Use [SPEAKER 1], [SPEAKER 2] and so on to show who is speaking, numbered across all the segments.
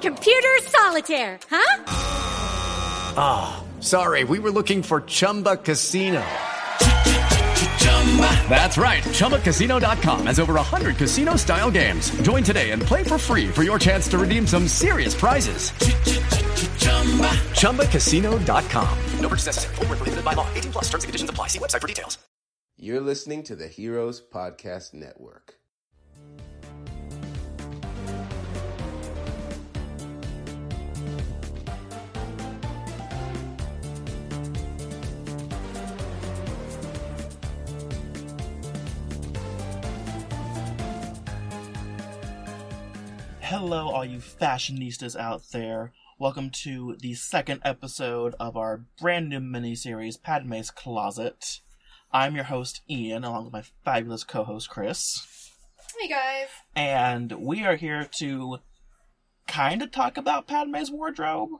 [SPEAKER 1] Computer solitaire, huh?
[SPEAKER 2] Ah, oh, sorry. We were looking for Chumba Casino. That's right. ChumbaCasino.com has over 100 casino style games. Join today and play for free for your chance to redeem some serious prizes. ChumbaCasino.com. No purchase necessary. Forward, prohibited by law. 18 plus terms and conditions apply. See website for details.
[SPEAKER 3] You're listening to the Heroes Podcast Network.
[SPEAKER 4] Hello, all you fashionistas out there. Welcome to the second episode of our brand new miniseries, Padme's Closet. I'm your host, Ian, along with my fabulous co host, Chris.
[SPEAKER 5] Hey, guys.
[SPEAKER 4] And we are here to kind of talk about Padme's wardrobe.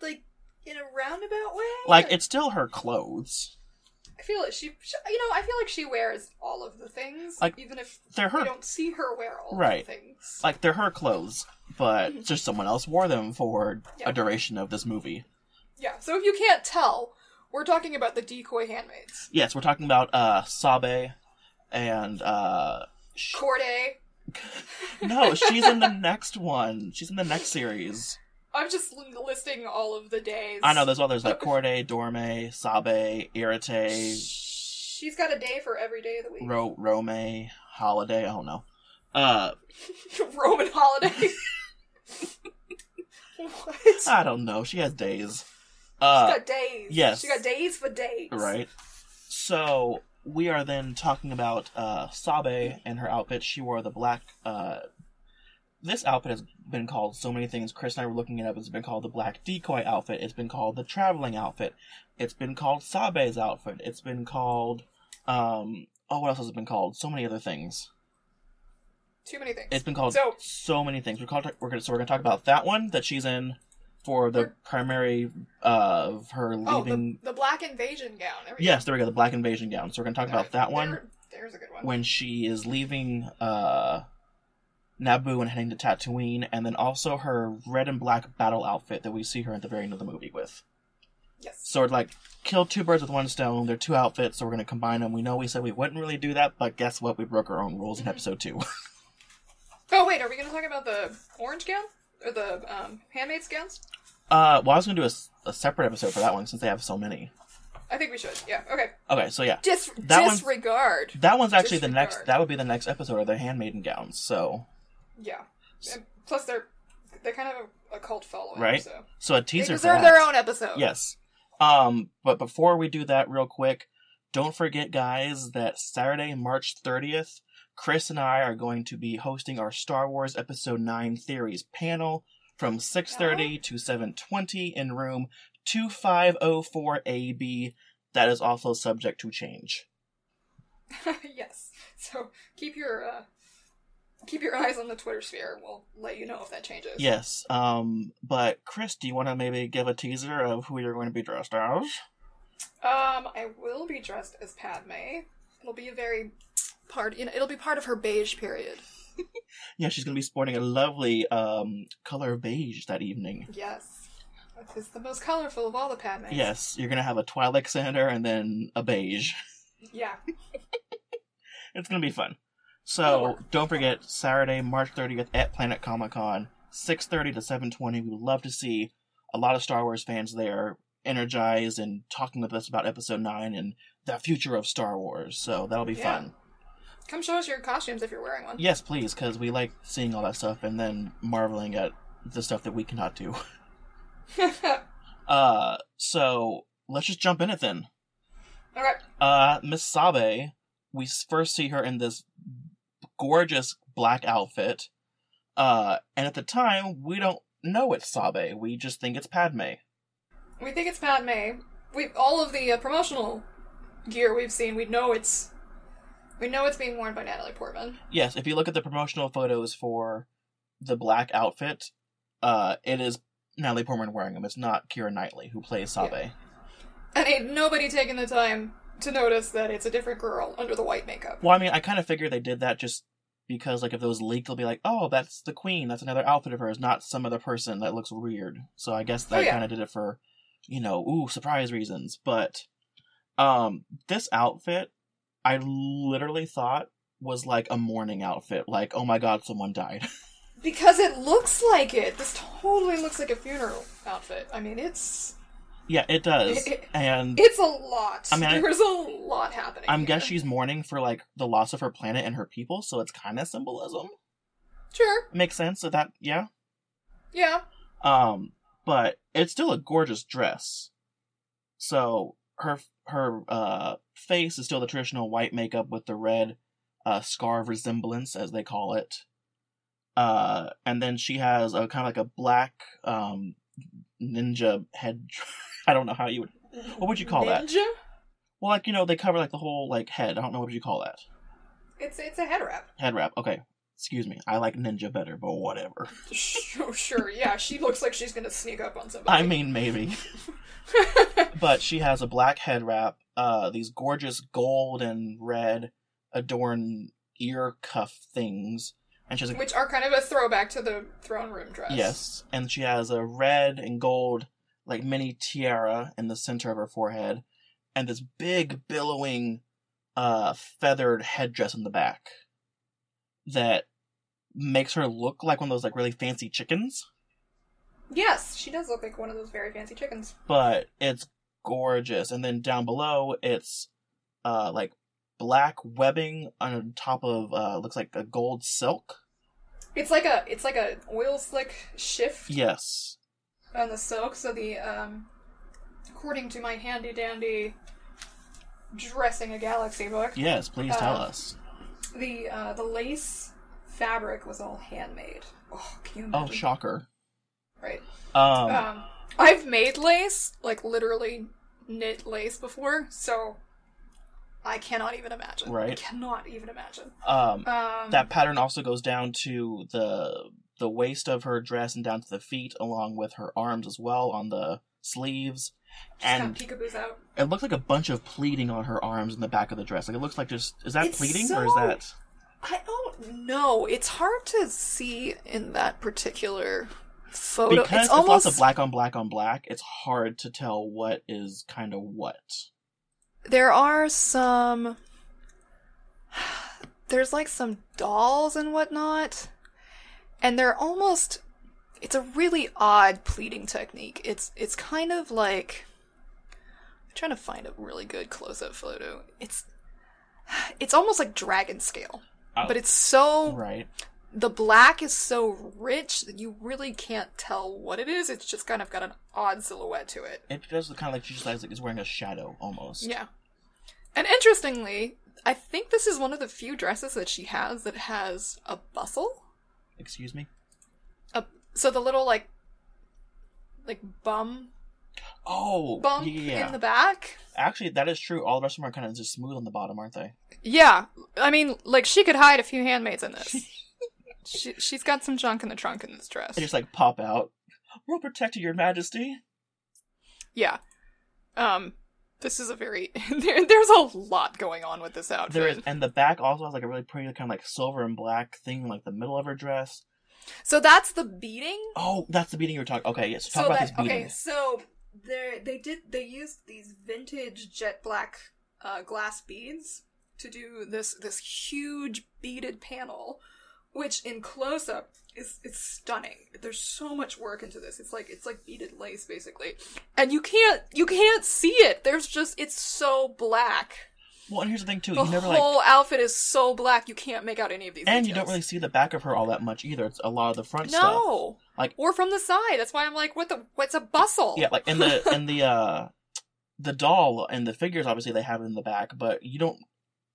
[SPEAKER 5] Like, in a roundabout way?
[SPEAKER 4] Like, it's still her clothes.
[SPEAKER 5] I feel like she, she, you know, I feel like she wears all of the things,
[SPEAKER 4] Like,
[SPEAKER 5] even if
[SPEAKER 4] they're her-
[SPEAKER 5] We don't see her wear all
[SPEAKER 4] Right.
[SPEAKER 5] of the things. Mm-hmm.
[SPEAKER 4] Like, they're her clothes, but just someone else wore them for
[SPEAKER 5] Yeah.
[SPEAKER 4] a duration of this movie.
[SPEAKER 5] Yeah. So if you can't tell, we're talking about the decoy handmaids,
[SPEAKER 4] Yes, we're talking about uh, Sabe and. Uh, sh-
[SPEAKER 5] Corday.
[SPEAKER 4] no, she's in the next one. She's in the next series.
[SPEAKER 5] I'm just l- listing all of the days.
[SPEAKER 4] I know there's others like Corday, Dorme, Sabe, Irate,
[SPEAKER 5] She's got a day for every day of the week.
[SPEAKER 4] Ro- Rome, Holiday. Oh no. Uh,
[SPEAKER 5] Roman holiday. what? She's
[SPEAKER 4] I don't know. She has days. Uh,
[SPEAKER 5] got days.
[SPEAKER 4] yes.
[SPEAKER 5] She got days for days.
[SPEAKER 4] right. So we are then talking about uh, Sabe and her outfit. She wore the black. Uh, this outfit has been called so many things. Chris and I were looking it up. It's been called the black decoy outfit. It's been called the traveling outfit. It's been called Sabe's outfit. It's been called. Um, oh, what else has it been called? So many other things.
[SPEAKER 5] Too many things.
[SPEAKER 4] It's been called so,
[SPEAKER 5] So-
[SPEAKER 4] many things. We're called, we're gonna, so we're going to talk about that one that she's in for the
[SPEAKER 5] We're-
[SPEAKER 4] primary uh, of her
[SPEAKER 5] oh,
[SPEAKER 4] leaving.
[SPEAKER 5] the, the black invasion gown. There we go.
[SPEAKER 4] Yes, there we go. The black invasion gown. So we're going to talk about
[SPEAKER 5] Alright,
[SPEAKER 4] that one
[SPEAKER 5] there- there's a good one.
[SPEAKER 4] when she is leaving uh, Naboo and heading to Tatooine, and then also her red and black battle outfit that we see her at the very end of the movie with.
[SPEAKER 5] yes.
[SPEAKER 4] So it's like kill two birds with one stone. They're two outfits, so we're going to combine them. We know we said we wouldn't really do that, but guess what? We broke our own rules in episode two.
[SPEAKER 5] Oh wait, are we going to talk about the orange gown or the um, handmaid's gowns?
[SPEAKER 4] uh, well, I was going to do a s a a separate episode for that one since they have so many.
[SPEAKER 5] I think we should. Yeah. Okay.
[SPEAKER 4] Okay, so yeah,
[SPEAKER 5] Dis-
[SPEAKER 4] That one's-
[SPEAKER 5] disregard.
[SPEAKER 4] that one's actually the
[SPEAKER 5] Disregard.
[SPEAKER 4] next. That would be the next episode of their handmaiden gowns. So
[SPEAKER 5] Yeah. And plus, they're they kind of have a, a cult following,
[SPEAKER 4] right, so,
[SPEAKER 5] So
[SPEAKER 4] a
[SPEAKER 5] they
[SPEAKER 4] teaser. for
[SPEAKER 5] deserve
[SPEAKER 4] that.
[SPEAKER 5] their own episode.
[SPEAKER 4] Yes. Um, but before we do that, real quick, don't forget, guys, that Saturday, March 30th, Chris and I are going to be hosting our Star Wars Episode 9 Theories panel from 6.30 to 7.20 in room 2504AB. That is also subject to change.
[SPEAKER 5] yes. So keep your uh, keep your eyes on the Twitter sphere. We'll let you know if that changes.
[SPEAKER 4] Yes, um, but Chris, do you want to maybe give a teaser of who you're going to be dressed as?
[SPEAKER 5] Um, I will be dressed as Padme. It'll be a very part. You know, it'll be part of her beige period.
[SPEAKER 4] Yeah, she's going to be sporting a lovely um, color beige that evening.
[SPEAKER 5] Yes. That is the most colorful of all the Padmes.
[SPEAKER 4] Yes, you're gonna have a Twilight Sander and then a beige.
[SPEAKER 5] Yeah.
[SPEAKER 4] It's gonna be fun.
[SPEAKER 5] That'll
[SPEAKER 4] So
[SPEAKER 5] work.
[SPEAKER 4] don't forget Saturday, March 30th at Planet Comic Con, 6:30 to 7:20. We would love to see a lot of Star Wars fans there, energized and talking with us about Episode Nine and the future of Star Wars. So that'll be
[SPEAKER 5] Yeah.
[SPEAKER 4] fun.
[SPEAKER 5] Come show us your costumes if you're wearing one.
[SPEAKER 4] Yes, please, because we like seeing all that stuff and then marveling at the stuff that we cannot do. uh, so let's just jump in it then.
[SPEAKER 5] Okay.
[SPEAKER 4] Uh, Miss Sabe, we s- first see her in this gorgeous black outfit. Uh, and at the time, we don't know it's Sabe. We just think it's Padme.
[SPEAKER 5] We think it's Padme. We all of the uh, promotional gear we've seen, we know it's we know it's being worn by Natalie Portman.
[SPEAKER 4] Yes, if you look at the promotional photos for the black outfit, uh, it is Natalie Portman wearing them. It's not Kira Knightley who plays Sabe.
[SPEAKER 5] And ain't nobody taking the time to notice that it's a different girl under the white makeup.
[SPEAKER 4] Well, I mean, I kind of figured they did that just because, like, if it was leaked, they'll be like, "Oh, that's the queen. That's another outfit of hers, not some other person that looks weird." So I guess they
[SPEAKER 5] Oh, yeah.
[SPEAKER 4] kind of did it for, you know, ooh, surprise reasons. But, um, this outfit, I literally thought was like a mourning outfit. Like, oh my god, someone died.
[SPEAKER 5] Because it looks like it. This totally looks like a funeral outfit. I mean, it's
[SPEAKER 4] yeah, it does. And
[SPEAKER 5] it's a lot.
[SPEAKER 4] I mean, I-
[SPEAKER 5] there's a lot happening.
[SPEAKER 4] I'm
[SPEAKER 5] here.
[SPEAKER 4] guess she's mourning for like the loss of her planet and her people. So it's kind of symbolism.
[SPEAKER 5] sure.
[SPEAKER 4] Makes sense. So that yeah.
[SPEAKER 5] Yeah.
[SPEAKER 4] Um, but it's still a gorgeous dress. So her her uh face is still the traditional white makeup with the red uh scar of resemblance as they call it. Uh and then she has a kind of like a black um ninja head I don't know how you would what would you call that?
[SPEAKER 5] Ninja?
[SPEAKER 4] Well like you know they cover like the whole like head. I don't know what you call that.
[SPEAKER 5] It's it's a head wrap.
[SPEAKER 4] Head wrap. Okay. Excuse me. I like ninja better, but whatever.
[SPEAKER 5] Sure, sure. Yeah, she looks like she's gonna sneak up on somebody.
[SPEAKER 4] I mean, maybe. but she has a black head wrap, uh, these gorgeous gold and red adorned ear cuff things, and she has a
[SPEAKER 5] which are kind of a throwback to the throne room dress.
[SPEAKER 4] yes, and she has a red and gold like mini tiara in the center of her forehead, and this big billowing, uh, feathered headdress in the back that makes her look like one of those like really fancy chickens.
[SPEAKER 5] Yes, she does look like one of those very fancy chickens.
[SPEAKER 4] but it's gorgeous. And then down below, it's uh like black webbing on top of uh looks like a gold silk.
[SPEAKER 5] It's like a it's like a oil slick shift
[SPEAKER 4] Yes,
[SPEAKER 5] on the silk. So the um, according to my handy dandy dressing a galaxy book,
[SPEAKER 4] yes. Please tell
[SPEAKER 5] Uh,
[SPEAKER 4] us.
[SPEAKER 5] the uh, the lace fabric was all handmade. Oh, can you
[SPEAKER 4] Oh,
[SPEAKER 5] imagine?
[SPEAKER 4] shocker.
[SPEAKER 5] Right.
[SPEAKER 4] Um,
[SPEAKER 5] Um, I've made lace, like literally knit lace before, so I cannot even imagine. I
[SPEAKER 4] Right.
[SPEAKER 5] cannot even imagine.
[SPEAKER 4] um,
[SPEAKER 5] Um,
[SPEAKER 4] that pattern also goes down to the the waist of her dress and down to the feet, along with her arms as well on the sleeves. And
[SPEAKER 5] she's got peekaboos out.
[SPEAKER 4] it looks like a bunch of pleating on her arms and the back of the dress. Like it looks like just is that
[SPEAKER 5] It's
[SPEAKER 4] pleating or is
[SPEAKER 5] so-
[SPEAKER 4] that
[SPEAKER 5] I don't know. It's hard to see in that particular photo.
[SPEAKER 4] because
[SPEAKER 5] it's
[SPEAKER 4] it's,
[SPEAKER 5] almost
[SPEAKER 4] lots of black on black on black, it's hard to tell what is kind of what.
[SPEAKER 5] there are some. There's like some dolls and whatnot, and they're almost. It's a really odd pleating technique. It's it's kind of like. I'm trying to find a really good close-up photo. It's. It's almost like dragon scale, but it's so
[SPEAKER 4] Right.
[SPEAKER 5] the black is so rich that you really can't tell what it is. It's just kind of got an odd silhouette to it.
[SPEAKER 4] It does look kind of like she just like is wearing a shadow almost.
[SPEAKER 5] Yeah. And interestingly, I think this is one of the few dresses that she has that has a bustle.
[SPEAKER 4] Excuse me.
[SPEAKER 5] A, so the little like like bum
[SPEAKER 4] Oh,
[SPEAKER 5] bump
[SPEAKER 4] yeah. yeah, yeah.
[SPEAKER 5] in the back.
[SPEAKER 4] Actually, that is true. All the rest of them are kind of just smooth on the bottom, aren't they?
[SPEAKER 5] Yeah. I mean, like she could hide a few handmaids in this. she she's got some junk in the trunk in this dress.
[SPEAKER 4] They just like pop out. We'll protect you, Your Majesty.
[SPEAKER 5] Yeah. Um this is a very there, there's a lot going on with this outfit.
[SPEAKER 4] There is, and the back also has like a really pretty kind of like silver and black thing, in, like the middle of her dress.
[SPEAKER 5] So that's the beating.
[SPEAKER 4] Oh, that's the beating you were talking. Okay, yes. Talk about this beating.
[SPEAKER 5] okay, so they they did they used these vintage jet black uh, glass beads to do this this huge beaded panel, which in close up is it's stunning. There's so much work into this. It's like it's like beaded lace basically, and you can't you can't see it. There's just it's so black.
[SPEAKER 4] Well, and here's the thing too.
[SPEAKER 5] The
[SPEAKER 4] you never like
[SPEAKER 5] whole outfit is so black you can't make out any of these.
[SPEAKER 4] And you don't
[SPEAKER 5] details.
[SPEAKER 4] really see the back of her all that much either. It's a lot of the front stuff.
[SPEAKER 5] no
[SPEAKER 4] Like-
[SPEAKER 5] or from the side. That's why I'm like, what the what's a bustle?
[SPEAKER 4] Yeah, like in the in the uh
[SPEAKER 5] the doll and the figures obviously they have it in the back, but you don't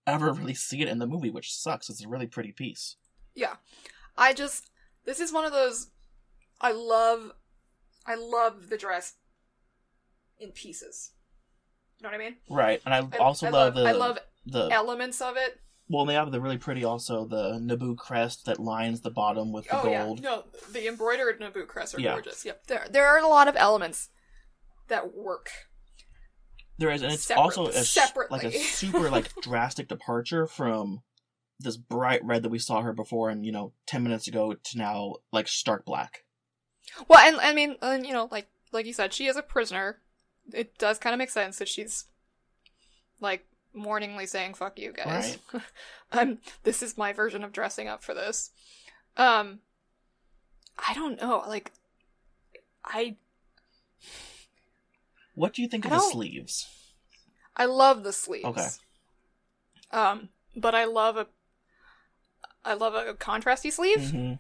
[SPEAKER 5] ever really see it in the movie, which sucks. It's a really pretty piece.
[SPEAKER 4] Yeah. I just this is one of those I love I love the dress in pieces. You know what I mean?
[SPEAKER 5] Right. And I,
[SPEAKER 4] I-
[SPEAKER 5] also
[SPEAKER 4] I
[SPEAKER 5] love,
[SPEAKER 4] love-
[SPEAKER 5] the
[SPEAKER 4] I love
[SPEAKER 5] the
[SPEAKER 4] Elements of it.
[SPEAKER 5] well they have the really pretty also the Naboo crest that lines the bottom with the
[SPEAKER 4] Oh yeah.
[SPEAKER 5] gold.
[SPEAKER 4] No, the embroidered Naboo crests are
[SPEAKER 5] Yeah.
[SPEAKER 4] gorgeous. Yep. There there are a lot of elements that work.
[SPEAKER 5] There is and it's
[SPEAKER 4] Separate-
[SPEAKER 5] also a, sh- like a
[SPEAKER 4] separately.
[SPEAKER 5] super like drastic departure from this bright red that we saw her before and you know 10 minutes ago to now like stark black.
[SPEAKER 4] Well, and I mean, and, you know, like like you said, she is a prisoner. It does kind of make sense that she's like morningly saying "fuck you guys." um, this is my version of dressing up for this. Um, I don't know. Like, I
[SPEAKER 5] What do you think
[SPEAKER 4] I
[SPEAKER 5] of the
[SPEAKER 4] don't-
[SPEAKER 5] sleeves?
[SPEAKER 4] I love the sleeves.
[SPEAKER 5] Okay.
[SPEAKER 4] Um, but I love a I love a contrasty sleeve.
[SPEAKER 5] hmm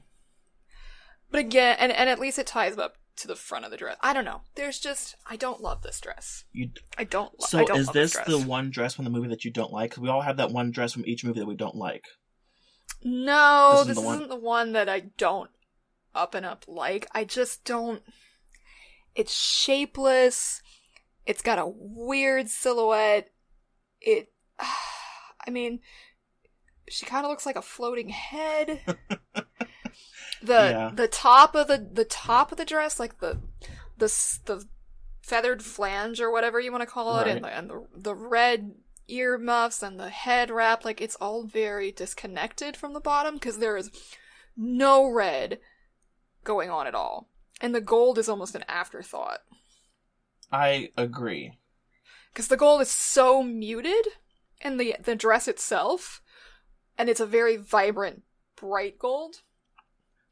[SPEAKER 4] But again, and and at least it ties up to the front of the dress. I don't know. There's just I don't love this dress.
[SPEAKER 5] You
[SPEAKER 4] I don't. lo-
[SPEAKER 5] So
[SPEAKER 4] I don't
[SPEAKER 5] is
[SPEAKER 4] love
[SPEAKER 5] this
[SPEAKER 4] dress.
[SPEAKER 5] the one dress from the movie that you don't like? 'Cause we all have that one dress from each movie that we don't like.
[SPEAKER 4] No,
[SPEAKER 5] This
[SPEAKER 4] this,
[SPEAKER 5] isn't the one-
[SPEAKER 4] isn't the one that I don't up and up like. I just don't. It's shapeless. It's got a weird silhouette. It. I mean, she kind of looks like a floating head. the
[SPEAKER 5] Yeah.
[SPEAKER 4] the top of the the top of the dress, like the the s- the feathered flange or whatever you want to call it, and the
[SPEAKER 5] Right.
[SPEAKER 4] and the the red earmuffs and the head wrap, like it's all very disconnected from the bottom because there is no red going on at all, and the gold is almost an afterthought
[SPEAKER 5] I agree.
[SPEAKER 4] because the gold is so muted, and the the dress itself, and it's a very vibrant, bright gold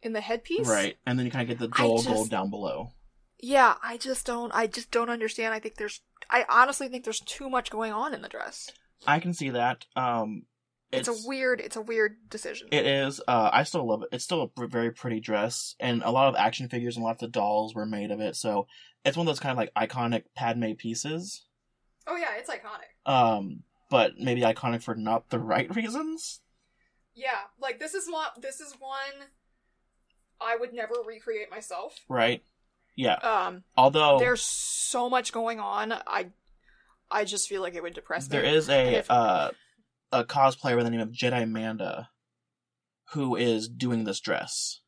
[SPEAKER 4] in the headpiece,
[SPEAKER 5] Right. And then you kind of get the
[SPEAKER 4] I
[SPEAKER 5] dull
[SPEAKER 4] just-
[SPEAKER 5] gold down below.
[SPEAKER 4] Yeah, I just don't. I just don't understand. I think there's. I honestly think there's too much going on in the dress.
[SPEAKER 5] I can see that. Um,
[SPEAKER 4] It's, a weird. It's a weird decision.
[SPEAKER 5] It is. Uh, I still love it. It's still a pr- very pretty dress, and a lot of action figures and lots of dolls were made of it. So it's one of those kind of like iconic Padme pieces.
[SPEAKER 4] oh yeah, it's iconic.
[SPEAKER 5] Um, but maybe iconic for not the right reasons.
[SPEAKER 4] Yeah, like this is one. This is one. I would never recreate myself.
[SPEAKER 5] Right. Yeah.
[SPEAKER 4] Um,
[SPEAKER 5] Although
[SPEAKER 4] there's so much going on. I, I just feel like it would depress
[SPEAKER 5] There
[SPEAKER 4] me.
[SPEAKER 5] is
[SPEAKER 4] And
[SPEAKER 5] a
[SPEAKER 4] if-
[SPEAKER 5] uh, a cosplayer by the name of Jedi Manda who is doing this dress.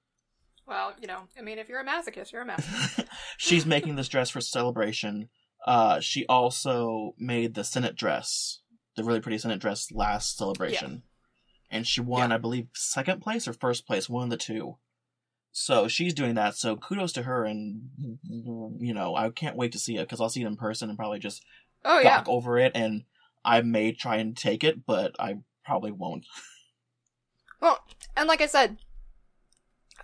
[SPEAKER 4] Well, you know, I mean, if you're a masochist, you're a masochist.
[SPEAKER 5] She's making this dress for celebration. Uh, she also made the Senate dress, the really pretty Senate dress last celebration. And she won, I believe, second place or first place, one of the two. So she's doing that. So kudos to her. And, you know, I can't wait to see it because I'll see it in person and probably just
[SPEAKER 4] oh yeah,
[SPEAKER 5] gawk over it. And I may try and take it, but I probably won't.
[SPEAKER 4] Well, and like I said,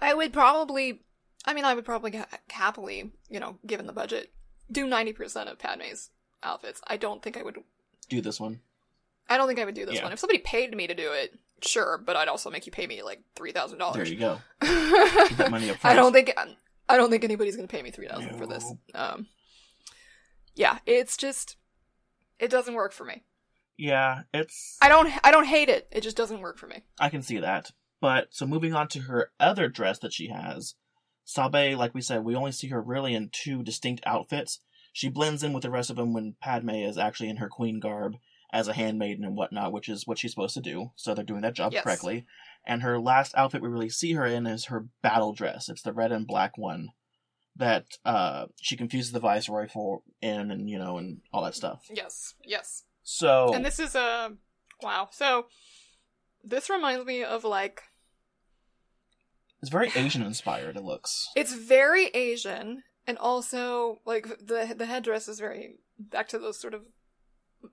[SPEAKER 4] I would probably, I mean, I would probably ha- happily, you know, given the budget, do 90% of Padme's outfits. I don't think I would,
[SPEAKER 5] do this one.
[SPEAKER 4] I don't think I would do this
[SPEAKER 5] Yeah.
[SPEAKER 4] one. If somebody paid me to do it, sure, but I'd also make you pay me like $3,000.
[SPEAKER 5] There you go. Keep that money up front.
[SPEAKER 4] I don't think, I don't think anybody's going to pay me 3000 for this. Um, yeah, it's just, it doesn't work for me.
[SPEAKER 5] Yeah, it's.
[SPEAKER 4] I don't, I don't hate it. It just doesn't work for me.
[SPEAKER 5] I can see that. But so moving on to her other dress that she has, Sabe, like we said, we only see her really in two distinct outfits. She blends in with the rest of them when Padme is actually in her queen garb as a handmaiden and whatnot, which is what she's supposed to do. So they're doing that job
[SPEAKER 4] Yes.
[SPEAKER 5] correctly. And her last outfit we really see her in is her battle dress. It's the red and black one that uh, she confuses the viceroy for, in and you know, and all that stuff.
[SPEAKER 4] Yes, yes.
[SPEAKER 5] So
[SPEAKER 4] And this is a wow. So this reminds me of like
[SPEAKER 5] it's very Asian inspired. It looks.
[SPEAKER 4] it's very Asian and also like the the headdress is very back to those sort of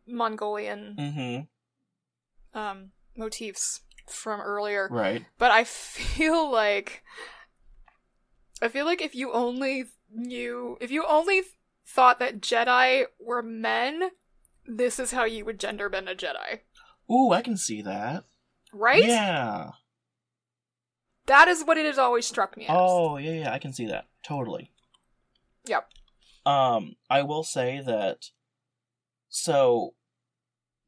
[SPEAKER 4] Mongolian
[SPEAKER 5] Mm-hmm.
[SPEAKER 4] um motifs from earlier.
[SPEAKER 5] Right.
[SPEAKER 4] But I feel like I feel like if you only knew if you only thought that Jedi were men, this is how you would gender bend a Jedi.
[SPEAKER 5] Ooh, I can see that.
[SPEAKER 4] Right?
[SPEAKER 5] Yeah.
[SPEAKER 4] That is what it has always struck me as.
[SPEAKER 5] Oh, yeah, yeah, I can see that. Totally.
[SPEAKER 4] Yep.
[SPEAKER 5] Um, I will say that
[SPEAKER 4] So,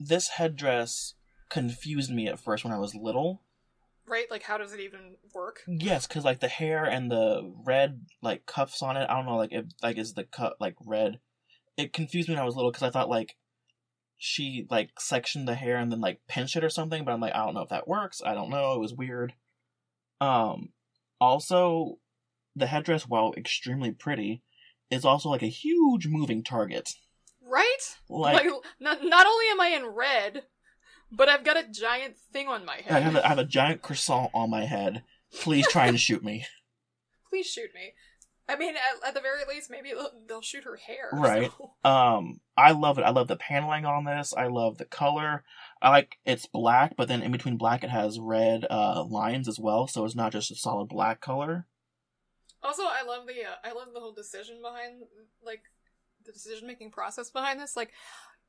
[SPEAKER 4] this headdress confused me at first when I was little.
[SPEAKER 5] Right? Like, how does it even work?
[SPEAKER 4] Yes, because like the hair and the red like cuffs on it. I don't know, like if like is the cut like red? It confused me when I was little because I thought like she like sectioned the hair and then like pinched it or something. But I'm like, I don't know if that works. I don't know. It was weird. Um, also, the headdress, while extremely pretty, is also like a huge moving target.
[SPEAKER 5] Right?
[SPEAKER 4] Like,
[SPEAKER 5] Like, not, not only am I in red, but I've got a giant thing on my
[SPEAKER 4] I
[SPEAKER 5] head.
[SPEAKER 4] have a, I have a giant croissant on my head. Please try and shoot me.
[SPEAKER 5] Please shoot me. I mean, at, at the very least, maybe they'll, they'll shoot her hair.
[SPEAKER 4] Right.
[SPEAKER 5] so-
[SPEAKER 4] Um, I love it. I love the paneling on this. I love the color. I like it's black, but then in between black, it has red uh, lines as well, so it's not just a solid black color.
[SPEAKER 5] Also, I love the uh, I love the whole decision behind like the decision making process behind this. Like,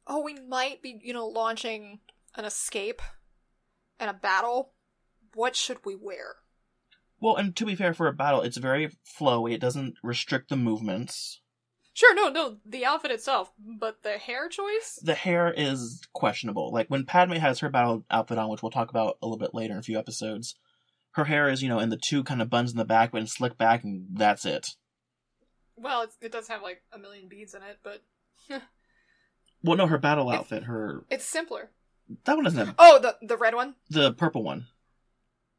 [SPEAKER 5] oh, we might be you know launching an escape and a battle. What should we wear?
[SPEAKER 4] Well, and to be fair, for a battle, it's very flowy. It doesn't restrict the movements.
[SPEAKER 5] Sure, no, no, the outfit itself, but the hair choice.
[SPEAKER 4] The hair is questionable. Like when Padme has her battle outfit on, which we'll talk about a little bit later in a few episodes, her hair is you know in the two kind of buns in the back, but in slick back, and that's it.
[SPEAKER 5] Well, it's, it does have like a million beads in it, but
[SPEAKER 4] Well, no, her battle outfit, her
[SPEAKER 5] it's simpler.
[SPEAKER 4] that one doesn't have
[SPEAKER 5] Oh, the the red one,
[SPEAKER 4] the purple one.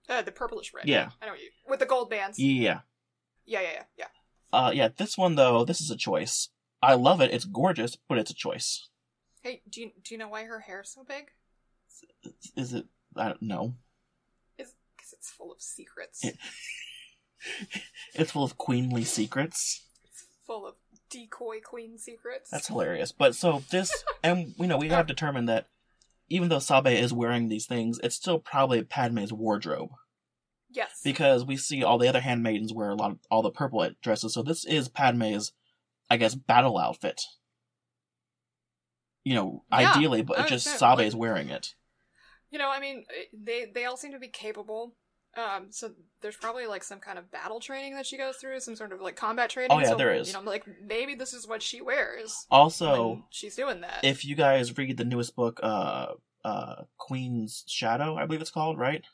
[SPEAKER 5] uh, the purplish red.
[SPEAKER 4] Yeah.
[SPEAKER 5] I know what you with the gold bands. Yeah,
[SPEAKER 4] Yeah, yeah.
[SPEAKER 5] yeah, yeah, yeah.
[SPEAKER 4] Uh, yeah, this one though, this is a choice. I love it. It's gorgeous, but it's a choice.
[SPEAKER 5] Hey, do you do you know why her hair's so big?
[SPEAKER 4] Is it? I don't know.
[SPEAKER 5] Is because it's full of secrets.
[SPEAKER 4] It- It's full of queenly secrets.
[SPEAKER 5] full of decoy queen secrets.
[SPEAKER 4] That's hilarious. But so this, and you know, we have determined that even though Sabe is wearing these things, it's still probably Padme's wardrobe
[SPEAKER 5] yes.
[SPEAKER 4] because we see all the other handmaidens wear a lot of all the purple dresses. So this is Padme's, I guess, battle outfit. You know,
[SPEAKER 5] Yeah,
[SPEAKER 4] ideally, but
[SPEAKER 5] I
[SPEAKER 4] it's just
[SPEAKER 5] understand.
[SPEAKER 4] Sabe is wearing it.
[SPEAKER 5] you know, I mean, eh, they they all seem to be capable. Um, so there's probably like some kind of battle training that she goes through, some sort of like combat training.
[SPEAKER 4] Oh, yeah,
[SPEAKER 5] so,
[SPEAKER 4] there is.
[SPEAKER 5] You know, like maybe this is what she wears.
[SPEAKER 4] Also,
[SPEAKER 5] when she's doing that.
[SPEAKER 4] if you guys read the newest book, uh, uh, Queen's Shadow, I believe it's called, right?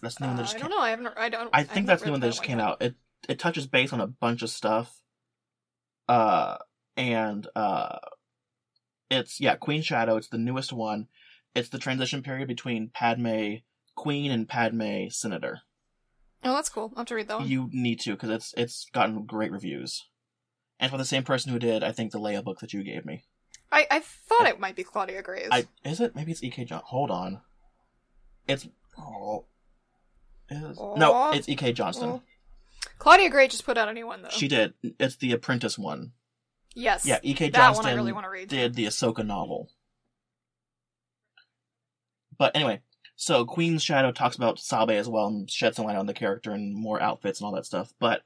[SPEAKER 4] That's the
[SPEAKER 5] uh,
[SPEAKER 4] new one that just
[SPEAKER 5] I
[SPEAKER 4] came.
[SPEAKER 5] don't know. I haven't. I don't.
[SPEAKER 4] I think that's the
[SPEAKER 5] haven't read
[SPEAKER 4] new one that just
[SPEAKER 5] one
[SPEAKER 4] came
[SPEAKER 5] yet.
[SPEAKER 4] out. It it touches base on a bunch of stuff, uh, and uh, it's yeah, Queen Shadow. It's the newest one. It's the transition period between Padme Queen and Padme Senator.
[SPEAKER 5] Oh, that's cool. I'll have to read that one.
[SPEAKER 4] You need to because it's it's gotten great reviews, and for the same person who did, I think the Leia book that you gave me.
[SPEAKER 5] I I thought it might be Claudia Gray's.
[SPEAKER 4] I is it? Maybe it's E.K. John. Hold on. It's oh, Is- no,
[SPEAKER 5] Aw.
[SPEAKER 4] it's E.K. Johnston.
[SPEAKER 5] Aw. Claudia Gray just put out a new one though.
[SPEAKER 4] She did. It's the Apprentice one.
[SPEAKER 5] yes.
[SPEAKER 4] Yeah, E.K.
[SPEAKER 5] That
[SPEAKER 4] Johnston
[SPEAKER 5] one I really want to read.
[SPEAKER 4] did the Ahsoka novel. But anyway, so Queen's Shadow talks about Sabe as well and sheds some light on the character and more outfits and all that stuff. But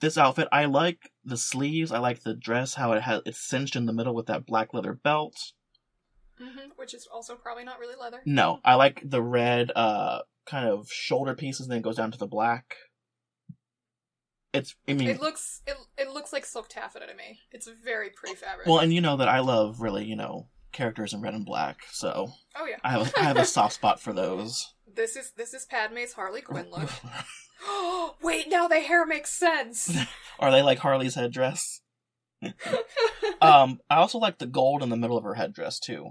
[SPEAKER 4] this outfit, I like the sleeves. I like the dress. How it has it's cinched in the middle with that black leather belt.
[SPEAKER 5] hmm which is also probably not really leather.
[SPEAKER 4] No, I like the red uh kind of shoulder pieces and then it goes down to the black. It's I mean
[SPEAKER 5] It looks it, it looks like silk taffeta to me. It's a very pretty fabric.
[SPEAKER 4] well and you know that I love really, you know, characters in red and black, so
[SPEAKER 5] oh yeah.
[SPEAKER 4] I have a, I have a soft spot for those.
[SPEAKER 5] this is this is Padme's Harley Quinn look. Wait, now the hair makes sense.
[SPEAKER 4] Are they like Harley's headdress? um I also like the gold in the middle of her headdress too.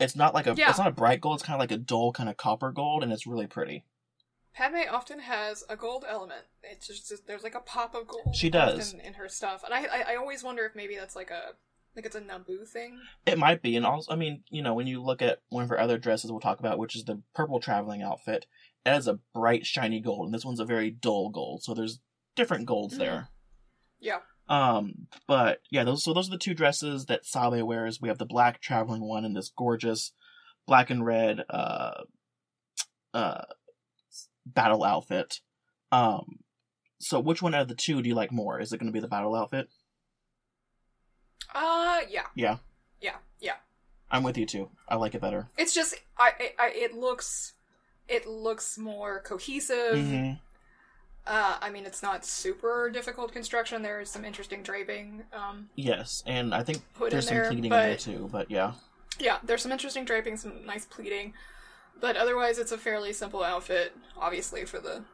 [SPEAKER 4] It's not like a
[SPEAKER 5] Yeah.
[SPEAKER 4] it's not a bright gold, it's kind of like a dull kind of copper gold and it's really pretty.
[SPEAKER 5] Padme often has a gold element. It's just, just- there's like a pop of gold.
[SPEAKER 4] She does.
[SPEAKER 5] often in her stuff, and I, I I always wonder if maybe that's like a like it's a Naboo thing.
[SPEAKER 4] It might be, and also, I mean, you know, when you look at one of her other dresses, we'll talk about, which is the purple traveling outfit. It has a bright, shiny gold, and this one's a very dull gold. So there's different golds there.
[SPEAKER 5] Mm-hmm. Yeah.
[SPEAKER 4] Um, but yeah, those so those are the two dresses that Sabe wears. We have the black traveling one and this gorgeous black and red uh uh battle outfit. Um, so which one out of the two do you like more? Is it going to be the battle outfit?
[SPEAKER 5] Uh yeah
[SPEAKER 4] Yeah,
[SPEAKER 5] yeah yeah.
[SPEAKER 4] I'm with you too. I like it better.
[SPEAKER 5] It's just I I, I it looks it looks more cohesive.
[SPEAKER 4] Mhm.
[SPEAKER 5] Uh, I mean, it's not super difficult construction. There is some interesting draping. Um,
[SPEAKER 4] Yes, and I think
[SPEAKER 5] Put in
[SPEAKER 4] there's some
[SPEAKER 5] there,
[SPEAKER 4] pleating
[SPEAKER 5] but-
[SPEAKER 4] in there too. But yeah,
[SPEAKER 5] yeah, there's some interesting draping, some nice pleating, but otherwise, it's a fairly simple outfit, obviously for the,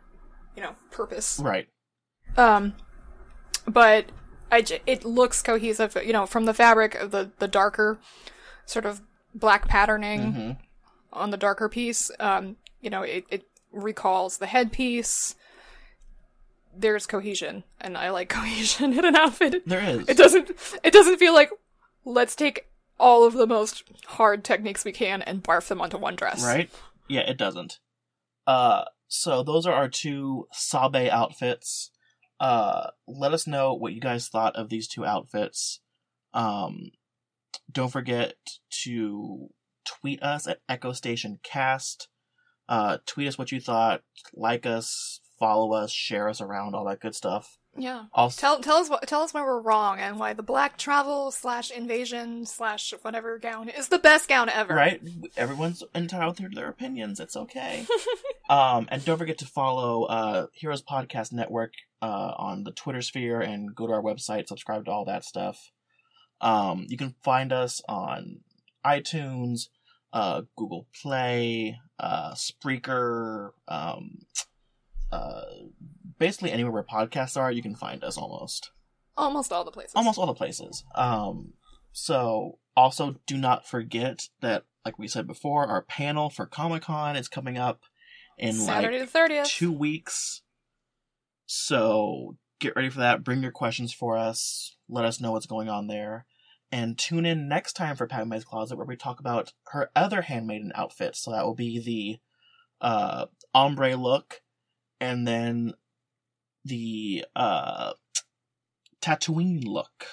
[SPEAKER 5] you know, purpose.
[SPEAKER 4] right.
[SPEAKER 5] Um, but I j- it looks cohesive, you know, from the fabric of the the darker sort of black patterning
[SPEAKER 4] Mm-hmm.
[SPEAKER 5] on the darker piece. Um, you know, it it recalls the headpiece. There's cohesion, and I like cohesion in an outfit.
[SPEAKER 4] There is.
[SPEAKER 5] It doesn't. It doesn't feel like let's take all of the most hard techniques we can and barf them onto one dress.
[SPEAKER 4] Right? Yeah, it doesn't. Uh, so those are our two Sabe outfits. Uh, let us know what you guys thought of these two outfits. Um, don't forget to tweet us at Echo Station Cast. Uh, tweet us what you thought, like us, follow us, share us around, all that good stuff.
[SPEAKER 5] Yeah.
[SPEAKER 4] Also,
[SPEAKER 5] Tell tell us what tell us why we're wrong and why the black travel slash invasion slash whatever gown is the best gown ever.
[SPEAKER 4] right? Everyone's entitled to their opinions. It's okay. um, and don't forget to follow uh, Heroes Podcast Network uh, on the Twitter sphere and go to our website, subscribe to all that stuff. Um, you can find us on iTunes, uh, Google Play, uh, Spreaker, um, uh, basically anywhere where podcasts are, you can find us almost
[SPEAKER 5] Almost all the places.
[SPEAKER 4] almost all the places. Um, so also do not forget that, like we said before, our panel for Comic Con is coming up in
[SPEAKER 5] Saturday
[SPEAKER 4] like
[SPEAKER 5] the thirtieth.
[SPEAKER 4] two weeks. So get ready for that. Bring your questions for us. Let us know what's going on there. And tune in next time for Padme's Closet, where we talk about her other handmaiden outfit. So that will be the uh, ombre look, and then the uh, Tatooine look.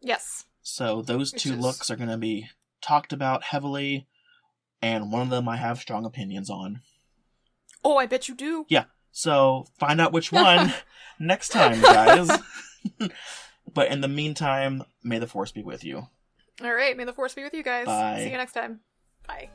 [SPEAKER 5] Yes.
[SPEAKER 4] So those
[SPEAKER 5] Which
[SPEAKER 4] two
[SPEAKER 5] is-
[SPEAKER 4] looks are going to be talked about heavily, and one of them I have strong opinions on.
[SPEAKER 5] Oh, I bet you do.
[SPEAKER 4] Yeah. So find out which one next time, guys. but in the meantime, may the force be with you.
[SPEAKER 5] All right. May the force be with you guys.
[SPEAKER 4] Bye.
[SPEAKER 5] See you next time. Bye.